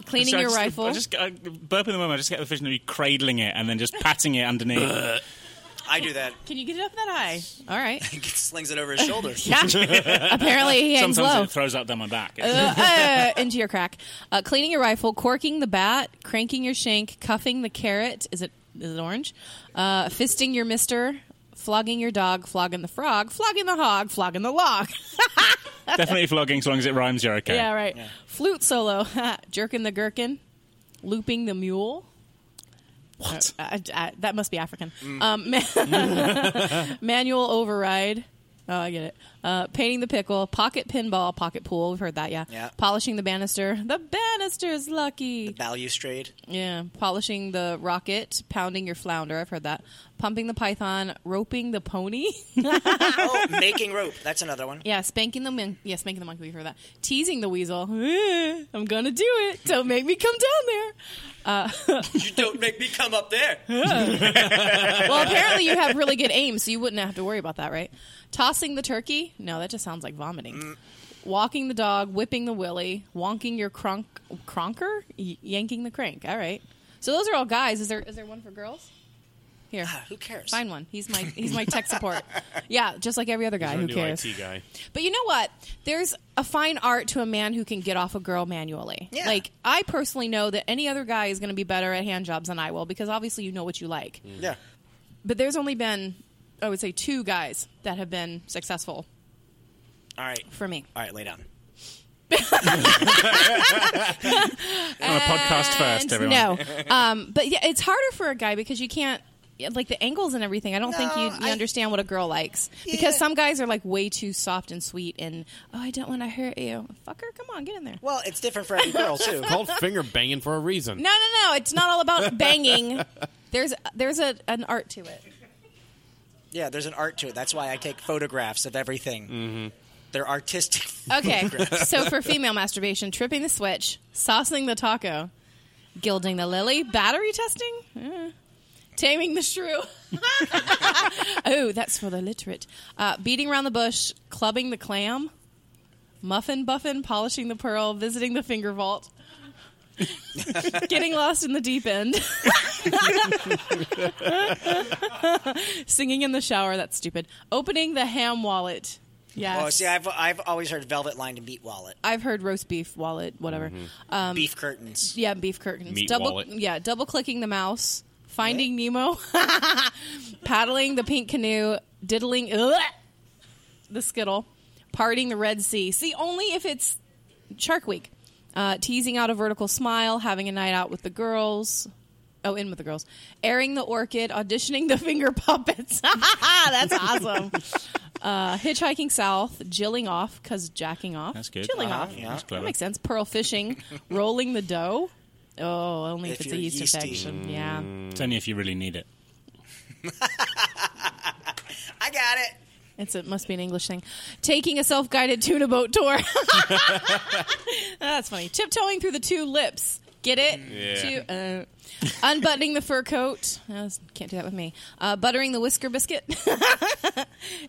Speaker 3: cleaning
Speaker 2: So I
Speaker 3: your
Speaker 2: just-
Speaker 3: rifle.
Speaker 2: I just I, burping the moment. I just get the vision of you cradling it and then just patting it underneath.
Speaker 1: I do that.
Speaker 3: Can you get it up that high? All right.
Speaker 1: He slings it over his shoulder.
Speaker 3: Yeah. Apparently he hangs
Speaker 2: Sometimes
Speaker 3: low.
Speaker 2: it throws out down my back.
Speaker 3: uh, uh, into your crack. Uh, cleaning your rifle, corking the bat, cranking your shank, cuffing the carrot. Is it is it orange? Uh, fisting your mister, flogging your dog, flogging the frog, flogging the hog, flogging the log.
Speaker 2: Definitely flogging, so long as it rhymes, you're okay.
Speaker 3: yeah, right. Flute solo, jerking the gherkin, looping the mule. Uh,
Speaker 2: What?
Speaker 3: I, I- that must be African. Um, man- manual override. Oh, I get it. Uh, painting the pickle, pocket pinball, pocket pool. We've heard that, yeah.
Speaker 1: Yeah.
Speaker 3: Polishing the banister. The banister's lucky.
Speaker 1: Balustrade.
Speaker 3: Yeah, polishing the rocket, pounding your flounder. I've heard that. Pumping the python, roping the pony.
Speaker 1: Oh, making rope. That's another one.
Speaker 3: yeah, spanking the mon- yeah, spanking the monkey. We've heard that. Teasing the weasel. Eh, I'm gonna do it. Don't make me come down
Speaker 1: You don't make me come up there.
Speaker 3: there. Well, apparently you have really good aim, so you wouldn't have to worry about that, right? Tossing the turkey. No, that just sounds like vomiting. Walking the dog, whipping the willy, wonking your cronk cronker, y- yanking the crank. All right. So those are all guys. Is there is there one for girls? Here.
Speaker 1: Ah, Who cares?
Speaker 3: Find one. He's my he's my tech support. Yeah, just like every other guy.
Speaker 4: Our
Speaker 3: Who
Speaker 4: new
Speaker 3: cares?
Speaker 4: IT guy.
Speaker 3: But you know what? There's a fine art to a man who can get off a girl manually.
Speaker 1: Yeah.
Speaker 3: Like I personally know that any other guy is going to be better at hand jobs than I will because obviously you know what you like.
Speaker 2: Mm.
Speaker 1: Yeah.
Speaker 3: But there's only been I would say two guys that have been successful
Speaker 1: All right.
Speaker 3: for me.
Speaker 1: All right. Lay down.
Speaker 2: On a podcast
Speaker 3: And
Speaker 2: first, everyone.
Speaker 3: No, um, but yeah, it's harder for a guy because you can't yeah, like the angles and everything. I don't think you,
Speaker 1: No,
Speaker 3: you
Speaker 1: I-
Speaker 3: understand what a girl likes because some guys are like way too soft and sweet and oh, I don't want to hurt you, fucker. Come on, get in there.
Speaker 1: Well, it's different for every girl too.
Speaker 4: Called finger banging for a reason.
Speaker 3: No, no, no. It's not all about banging. There's there's a, an art to it.
Speaker 1: Yeah, there's an art to it. That's why I take photographs of everything. They're artistic.
Speaker 3: Okay, so for female masturbation, tripping the switch, saucing the taco, gilding the lily, battery testing, Eh. taming the shrew. oh, that's for the literate. Uh, beating around the bush, clubbing the clam, muffin buffin, polishing the pearl, visiting the finger vault, getting lost in the deep end, singing in the shower. That's stupid. Opening the ham wallet. Yes.
Speaker 1: Oh, see, I've I've always heard velvet lined meat wallet,
Speaker 3: I've heard roast beef wallet, whatever. Uh,
Speaker 1: beef curtains.
Speaker 3: yeah, beef curtains.
Speaker 4: Meat
Speaker 3: double,
Speaker 4: wallet.
Speaker 3: Yeah, double clicking the mouse, finding Nemo, paddling the pink canoe, diddling ugh, the skittle, parting the Red Sea. See, only if it's Shark Week. Uh, teasing out a vertical smile, having a night out with the girls. Oh, in with the girls. Airing the orchid, auditioning the finger puppets. That's awesome. Uh, hitchhiking south, jilling off, because jacking off.
Speaker 2: That's good.
Speaker 3: Jilling
Speaker 1: Uh-huh,
Speaker 3: off.
Speaker 1: yeah.
Speaker 2: That's
Speaker 3: That
Speaker 2: clever.
Speaker 3: makes sense. Pearl fishing, rolling the dough. Oh, only if,
Speaker 1: If
Speaker 3: it's a
Speaker 1: you're
Speaker 3: yeast
Speaker 1: yeasty.
Speaker 3: infection. Yeah.
Speaker 2: It's only if you really need it.
Speaker 1: I got it.
Speaker 3: It's it must be an English thing. Taking a self-guided tuna boat tour. That's funny. Tiptoeing through the two lips. Get it?
Speaker 4: Yeah.
Speaker 3: Two- uh, unbuttoning the fur coat. No, that's- can't do that with me. Uh, buttering the whisker biscuit.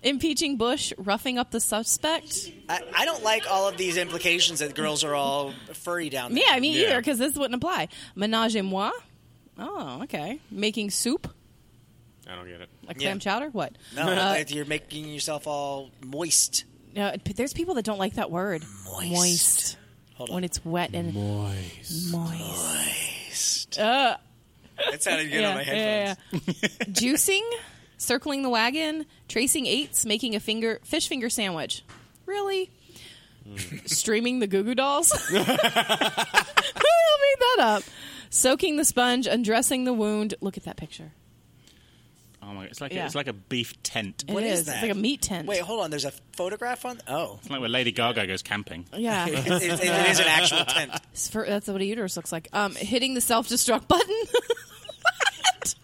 Speaker 3: Impeaching Bush. Roughing up the suspect.
Speaker 1: I, I don't like all of these implications that girls are all furry down there.
Speaker 3: Yeah, I mean
Speaker 4: Yeah.
Speaker 3: either because this wouldn't apply. Menage a moi. Oh, okay. Making soup.
Speaker 4: I don't get it.
Speaker 3: Like
Speaker 1: Yeah.
Speaker 3: clam chowder. What? Uh,
Speaker 1: No, if you're making yourself all moist.
Speaker 3: No, it- but there's people that don't like that word.
Speaker 1: Moist. Hold on.
Speaker 3: When it's wet and
Speaker 4: Boys.
Speaker 3: moist.
Speaker 1: Moist. that sounded good on my headphones.
Speaker 3: Uh. yeah, yeah. Juicing, circling the wagon, tracing eights, making a finger fish finger sandwich. Really?
Speaker 1: Hmm.
Speaker 3: Streaming the Goo Goo Dolls. Who made that up? Soaking the sponge, undressing the wound. Look at that picture.
Speaker 2: I Oh my god, it's like
Speaker 3: Yeah.
Speaker 2: a, it's like a beef tent.
Speaker 1: What
Speaker 3: It
Speaker 1: is
Speaker 3: is. It's
Speaker 1: that?
Speaker 3: like a meat tent.
Speaker 1: Wait, hold on. There's a photograph on. Oh,
Speaker 2: It's like where Lady Gaga goes camping.
Speaker 3: yeah,
Speaker 1: it, it- it is an actual tent.
Speaker 3: It's for- that's what a uterus looks like. Um, hitting the self-destruct button, What?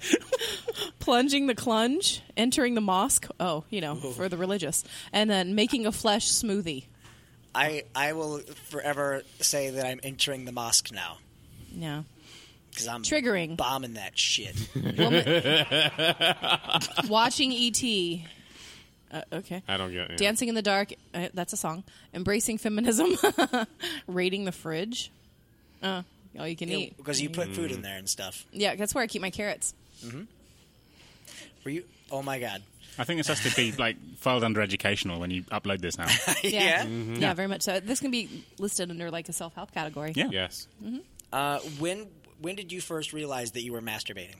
Speaker 3: plunging the clunge, entering the mosque. Oh, you know, for the religious, and then making a flesh smoothie.
Speaker 1: I I will forever say that I'm entering the mosque now
Speaker 3: Yeah,
Speaker 1: because I'm
Speaker 3: Triggering.
Speaker 1: bombing that shit.
Speaker 3: watching ET. Uh, okay.
Speaker 4: I don't get it.
Speaker 3: Dancing in the dark. Uh, that's a song. Embracing feminism. Raiding the fridge. Uh, all you can eat.
Speaker 1: because you put food in there and stuff.
Speaker 3: Yeah, that's where I keep my carrots.
Speaker 1: Were you? Oh my god.
Speaker 2: I think this has to be like filed under educational when you upload this now.
Speaker 1: Yeah.
Speaker 3: yeah, very much so. This can be listed under like a self-help category.
Speaker 2: Yeah.
Speaker 4: Yes.
Speaker 1: Uh, when when did you first realize that you were masturbating?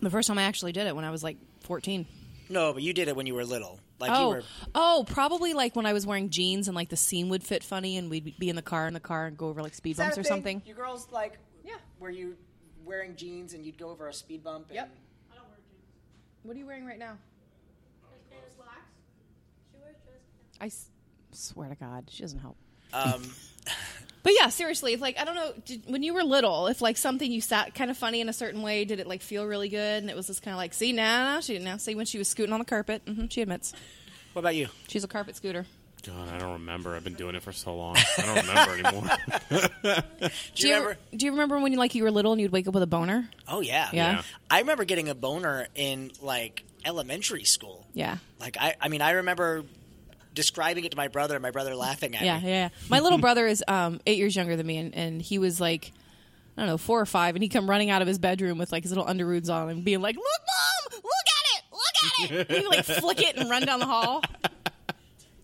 Speaker 3: The first time I actually did it when I was like 14.
Speaker 1: No, but you did it when you were little. Like you
Speaker 3: Oh,
Speaker 1: were.
Speaker 3: oh, probably like when I was wearing jeans and like the seam would fit funny, and we'd be in the car in the car and go over like speed bumps or something.
Speaker 1: You girls like?
Speaker 3: Yeah.
Speaker 1: Were you wearing jeans and you'd go over a speed bump? And,
Speaker 3: Yep. What are you wearing right now? I s- swear to God, she doesn't help.
Speaker 1: Um,
Speaker 3: But yeah, seriously, if like I don't know, did, when you were little, if like something you sat kind of funny in a certain way, did it like feel really good? And it was just kind of like, see now, she didn't know. See when she was scooting on the carpet, hmm she admits
Speaker 1: what about you?
Speaker 3: she's a carpet scooter.
Speaker 4: God, I don't remember. I've been doing it for so long. I don't remember anymore.
Speaker 1: Do you, remember?
Speaker 3: do you remember when you like you were little and you'd wake up with a boner?
Speaker 1: Oh yeah.
Speaker 3: Yeah.
Speaker 1: I remember getting a boner in like elementary school.
Speaker 3: Yeah.
Speaker 1: Like I, I mean, I remember describing it to my brother, and my brother laughing at
Speaker 3: Yeah,
Speaker 1: me.
Speaker 3: yeah. yeah. My little brother is um, eight years younger than me, and, and he was like, I don't know, four or five, and he come running out of his bedroom with like his little underroods on and being like, "Look, mom, look at it, look at it." He like flick it and run down the hall.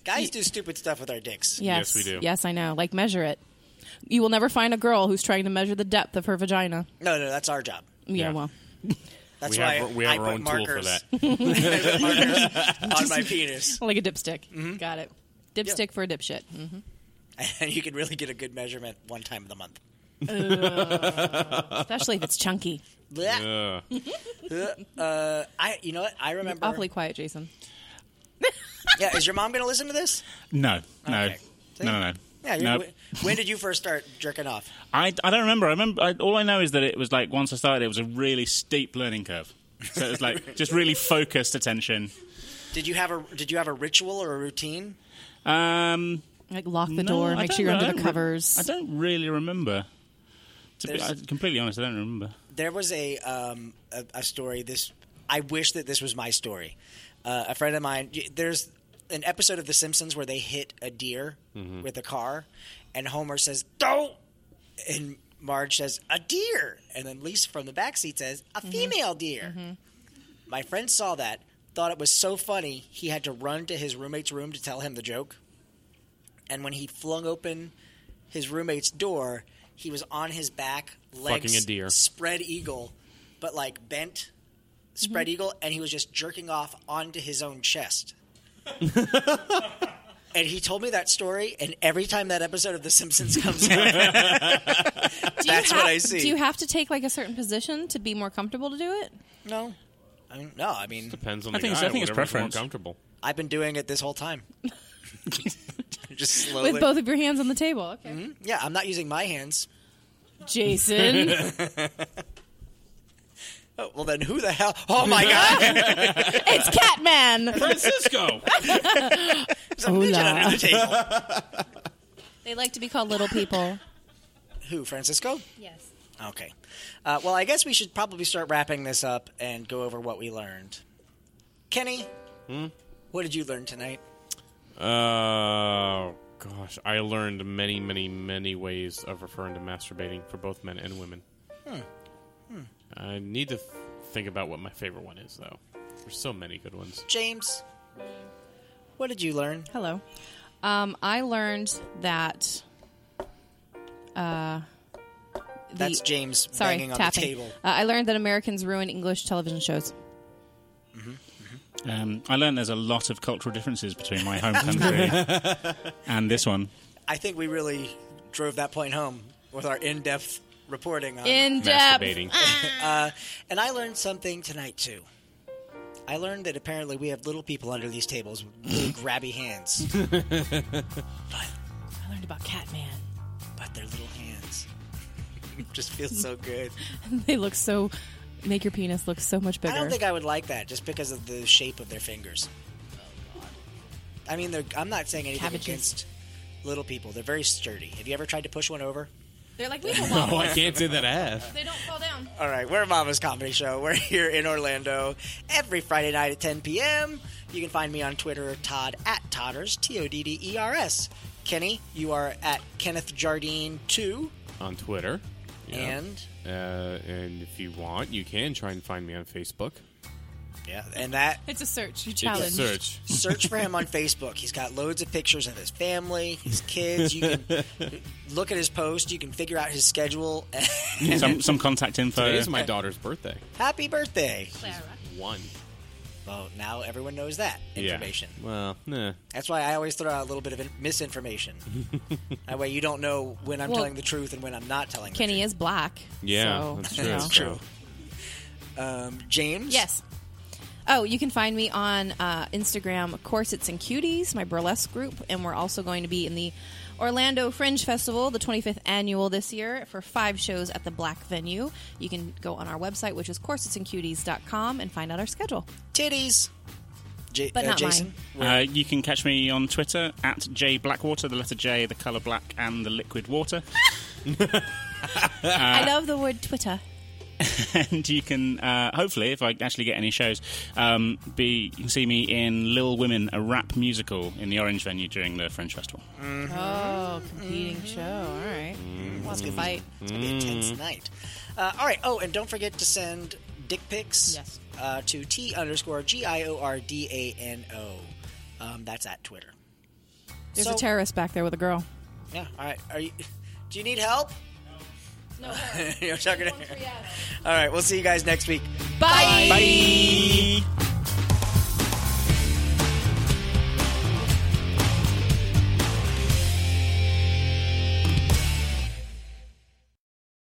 Speaker 1: Guys do stupid stuff with our dicks.
Speaker 3: Yes,
Speaker 4: Yes, we do.
Speaker 3: Yes, I know. Like measure it. You will never find a girl who's trying to measure the depth of her vagina.
Speaker 1: No, no, that's our job.
Speaker 3: Yeah,
Speaker 4: Yeah.
Speaker 3: well,
Speaker 1: That's
Speaker 4: we
Speaker 1: why
Speaker 4: have we have
Speaker 1: I
Speaker 4: our
Speaker 1: put
Speaker 4: own tool for
Speaker 1: markers,
Speaker 4: that.
Speaker 1: I put markers on my penis,
Speaker 3: like a dipstick.
Speaker 2: Mm-hmm.
Speaker 3: Got it. Dipstick for a dipshit. Mm-hmm.
Speaker 1: and you can really get a good measurement one time of the month.
Speaker 3: Especially if it's chunky.
Speaker 1: Blech.
Speaker 4: Ugh.
Speaker 1: Uh, I, you know what? I remember.
Speaker 3: Awfully quiet, Jason.
Speaker 1: Yeah, is your mom going to listen to this?
Speaker 2: No, no,
Speaker 1: Okay.
Speaker 2: no, no, no.
Speaker 1: Yeah. you-
Speaker 2: No.
Speaker 1: When did you first start jerking off?
Speaker 2: I, I don't remember. I remember. I, all I know is that it was like once I started, it was a really steep learning curve. So it was like just really focused attention.
Speaker 1: Did you have a Did you have a ritual or a routine?
Speaker 2: Um,
Speaker 3: Like lock
Speaker 2: no,
Speaker 3: the door,
Speaker 2: I
Speaker 3: make
Speaker 2: don't
Speaker 3: sure you're
Speaker 2: know. I
Speaker 3: under the
Speaker 2: don't re-
Speaker 3: covers.
Speaker 2: I don't really remember. To be
Speaker 1: There's-
Speaker 2: I- completely honest, I don't remember.
Speaker 1: There was a um, a, a story. This I wish that this was my story. Uh, a friend of mine. y- There's an episode of The Simpsons where they hit a deer with a car, and Homer says, "Don't," and Marge says, "A deer," and then Lisa from the back seat says, "A female deer." My friend saw that, thought it was so funny, he had to run to his roommate's room to tell him the joke. And when he flung open his roommate's door, he was on his back, legs
Speaker 4: Fucking a deer.
Speaker 1: spread eagle, but like bent, spread
Speaker 3: Mm-hmm.
Speaker 1: eagle, and he was just jerking off onto his own chest. and he told me that story, and every time that episode of The Simpsons comes out,
Speaker 3: Do you
Speaker 1: That's what
Speaker 3: have-
Speaker 1: I see.
Speaker 3: Do you have to take like a certain position to be more comfortable to do it?
Speaker 1: no, I mean, no, I mean,
Speaker 4: Depends on
Speaker 2: I
Speaker 4: the
Speaker 2: think it's-
Speaker 4: guy.
Speaker 2: I think it's
Speaker 4: whatever's more
Speaker 2: preference.
Speaker 4: comfortable.
Speaker 1: I've been doing it this whole time. just slowly.
Speaker 3: With both of your hands on the table. Okay.
Speaker 1: Yeah, I'm not using my hands.
Speaker 3: Jason.
Speaker 1: Oh, well, then who the hell? Oh my god!
Speaker 3: it's Catman.
Speaker 4: Francisco.
Speaker 1: There's a midget
Speaker 3: Hola.
Speaker 1: under the table.
Speaker 3: They like to be called little people.
Speaker 1: Who, Francisco?
Speaker 5: Yes.
Speaker 1: Okay. Uh, well, I guess we should probably start wrapping this up and go over what we learned. Kenny, what did you learn tonight?
Speaker 4: Oh gosh, I learned many, many, many ways of referring to masturbating for both men and women. I need to th- think about what my favorite one is, though. There's so many good ones.
Speaker 1: James, what did you learn?
Speaker 3: Hello. Um, I learned that. Uh,
Speaker 1: That's
Speaker 3: the-
Speaker 1: James
Speaker 3: Sorry,
Speaker 1: banging on
Speaker 3: tapping.
Speaker 1: the table.
Speaker 3: Uh, I learned that Americans ruin English television shows.
Speaker 2: Um, I learned there's a lot of cultural differences between my home country and this one.
Speaker 1: I think we really drove that point home with our in-depth reporting on
Speaker 3: In depth.
Speaker 1: Uh,
Speaker 4: Masturbating.
Speaker 1: And I learned something tonight too. I learned that apparently we have little people under these tables with big grabby hands, but
Speaker 3: I learned about Catman.
Speaker 1: but their little hands just feels so good.
Speaker 3: they look so. Make your penis look so much bigger.
Speaker 1: I don't think I would like that just because of the shape of their fingers. I mean, they're, I'm not saying anything
Speaker 3: Cabbages.
Speaker 1: against little people. They're very sturdy. Have you ever tried to push one over?
Speaker 3: They're like we don't
Speaker 4: Oh, I can't say that I have.
Speaker 3: They don't fall down.
Speaker 1: All right, we're Mama's Comedy Show. We're here in Orlando every Friday night at 10 p.m. You can find me on Twitter, Todd at Todders, T O D D E R S. Kenny, you are at Kenneth Jardine 2.
Speaker 4: On Twitter. Yeah.
Speaker 1: And?
Speaker 4: Uh, and if you want, you can try and find me on Facebook.
Speaker 1: Yeah. And that,
Speaker 3: It's a search. You
Speaker 4: It's
Speaker 3: challenge.
Speaker 4: a search.
Speaker 1: search for him on Facebook. He's got loads of pictures of his family, his kids. You can look at his post, you can figure out his schedule.
Speaker 2: some some contact info.
Speaker 4: Today is my daughter's birthday.
Speaker 1: Happy birthday.
Speaker 4: Uh, One.
Speaker 1: Well, now everyone knows that information.
Speaker 4: Yeah. Well, nah.
Speaker 1: That's why I always throw out a little bit of in- misinformation. that way you don't know when I'm
Speaker 3: Well,
Speaker 1: telling the truth and when I'm not telling the
Speaker 3: Kenny is black.
Speaker 4: Yeah,
Speaker 3: so,
Speaker 4: that's
Speaker 3: you
Speaker 4: true.
Speaker 3: know.
Speaker 4: That's
Speaker 1: true. Um, James?
Speaker 3: Yes. Oh, you can find me on uh, Instagram, Corsets and Cuties, my burlesque group, and we're also going to be in the Orlando Fringe Festival, the 25th annual this year, for five shows at the Black Venue. You can go on our website, which is corsetsandcuties.com, and find out our schedule.
Speaker 1: Titties. J-
Speaker 3: But
Speaker 1: uh,
Speaker 3: not
Speaker 1: Jason?
Speaker 3: mine.
Speaker 2: Uh, you can catch me on Twitter at J Blackwater, the letter J, the colour black, and the liquid water.
Speaker 4: Uh,
Speaker 3: I love the word Twitter.
Speaker 2: and you can uh, hopefully, if I actually get any shows, um, be you can see me in Lil Women, a rap musical in the Orange Venue during the French Festival.
Speaker 3: Oh, competing show. All right. Lots
Speaker 4: Mm.
Speaker 3: of fight.
Speaker 1: It's going to be a tense night. Uh, all right. Oh, and don't forget to send dick pics
Speaker 3: Yes.
Speaker 1: uh, to T underscore G I O R D A N O. Um, That's at Twitter.
Speaker 3: There's
Speaker 1: So-
Speaker 3: a terrorist back there with a girl.
Speaker 1: Yeah. All right. Are you? Do you need help? No. You're talking to- All right. We'll see you guys next week.
Speaker 3: Bye.
Speaker 1: Bye.